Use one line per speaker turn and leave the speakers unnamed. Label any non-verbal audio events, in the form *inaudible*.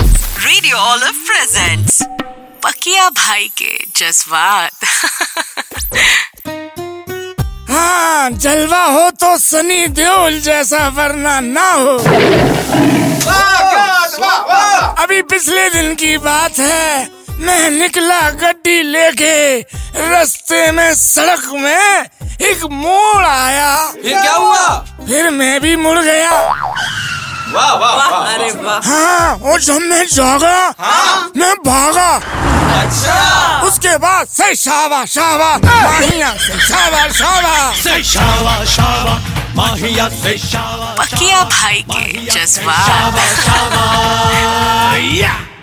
and your all of presents. Pakiya भाई के जज्बात *laughs*
हाँ जलवा हो तो सनी देओल जैसा वरना ना हो अभी पिछले दिन की बात है मैं निकला गड्डी लेके रास्ते में सड़क में एक मोड़ आया
फिर क्या हुआ
फिर मैं भी मुड़ गया
वाह वाह वाह
अरे वाह
हाँ और जब मैं जागा मैं भागा
अच्छा
उसके बाद से शावा शावा माहिया से शावा शावा
से शावा शावा माहिया से शावा
पकिया भाई के जज्बात
शावा शावा या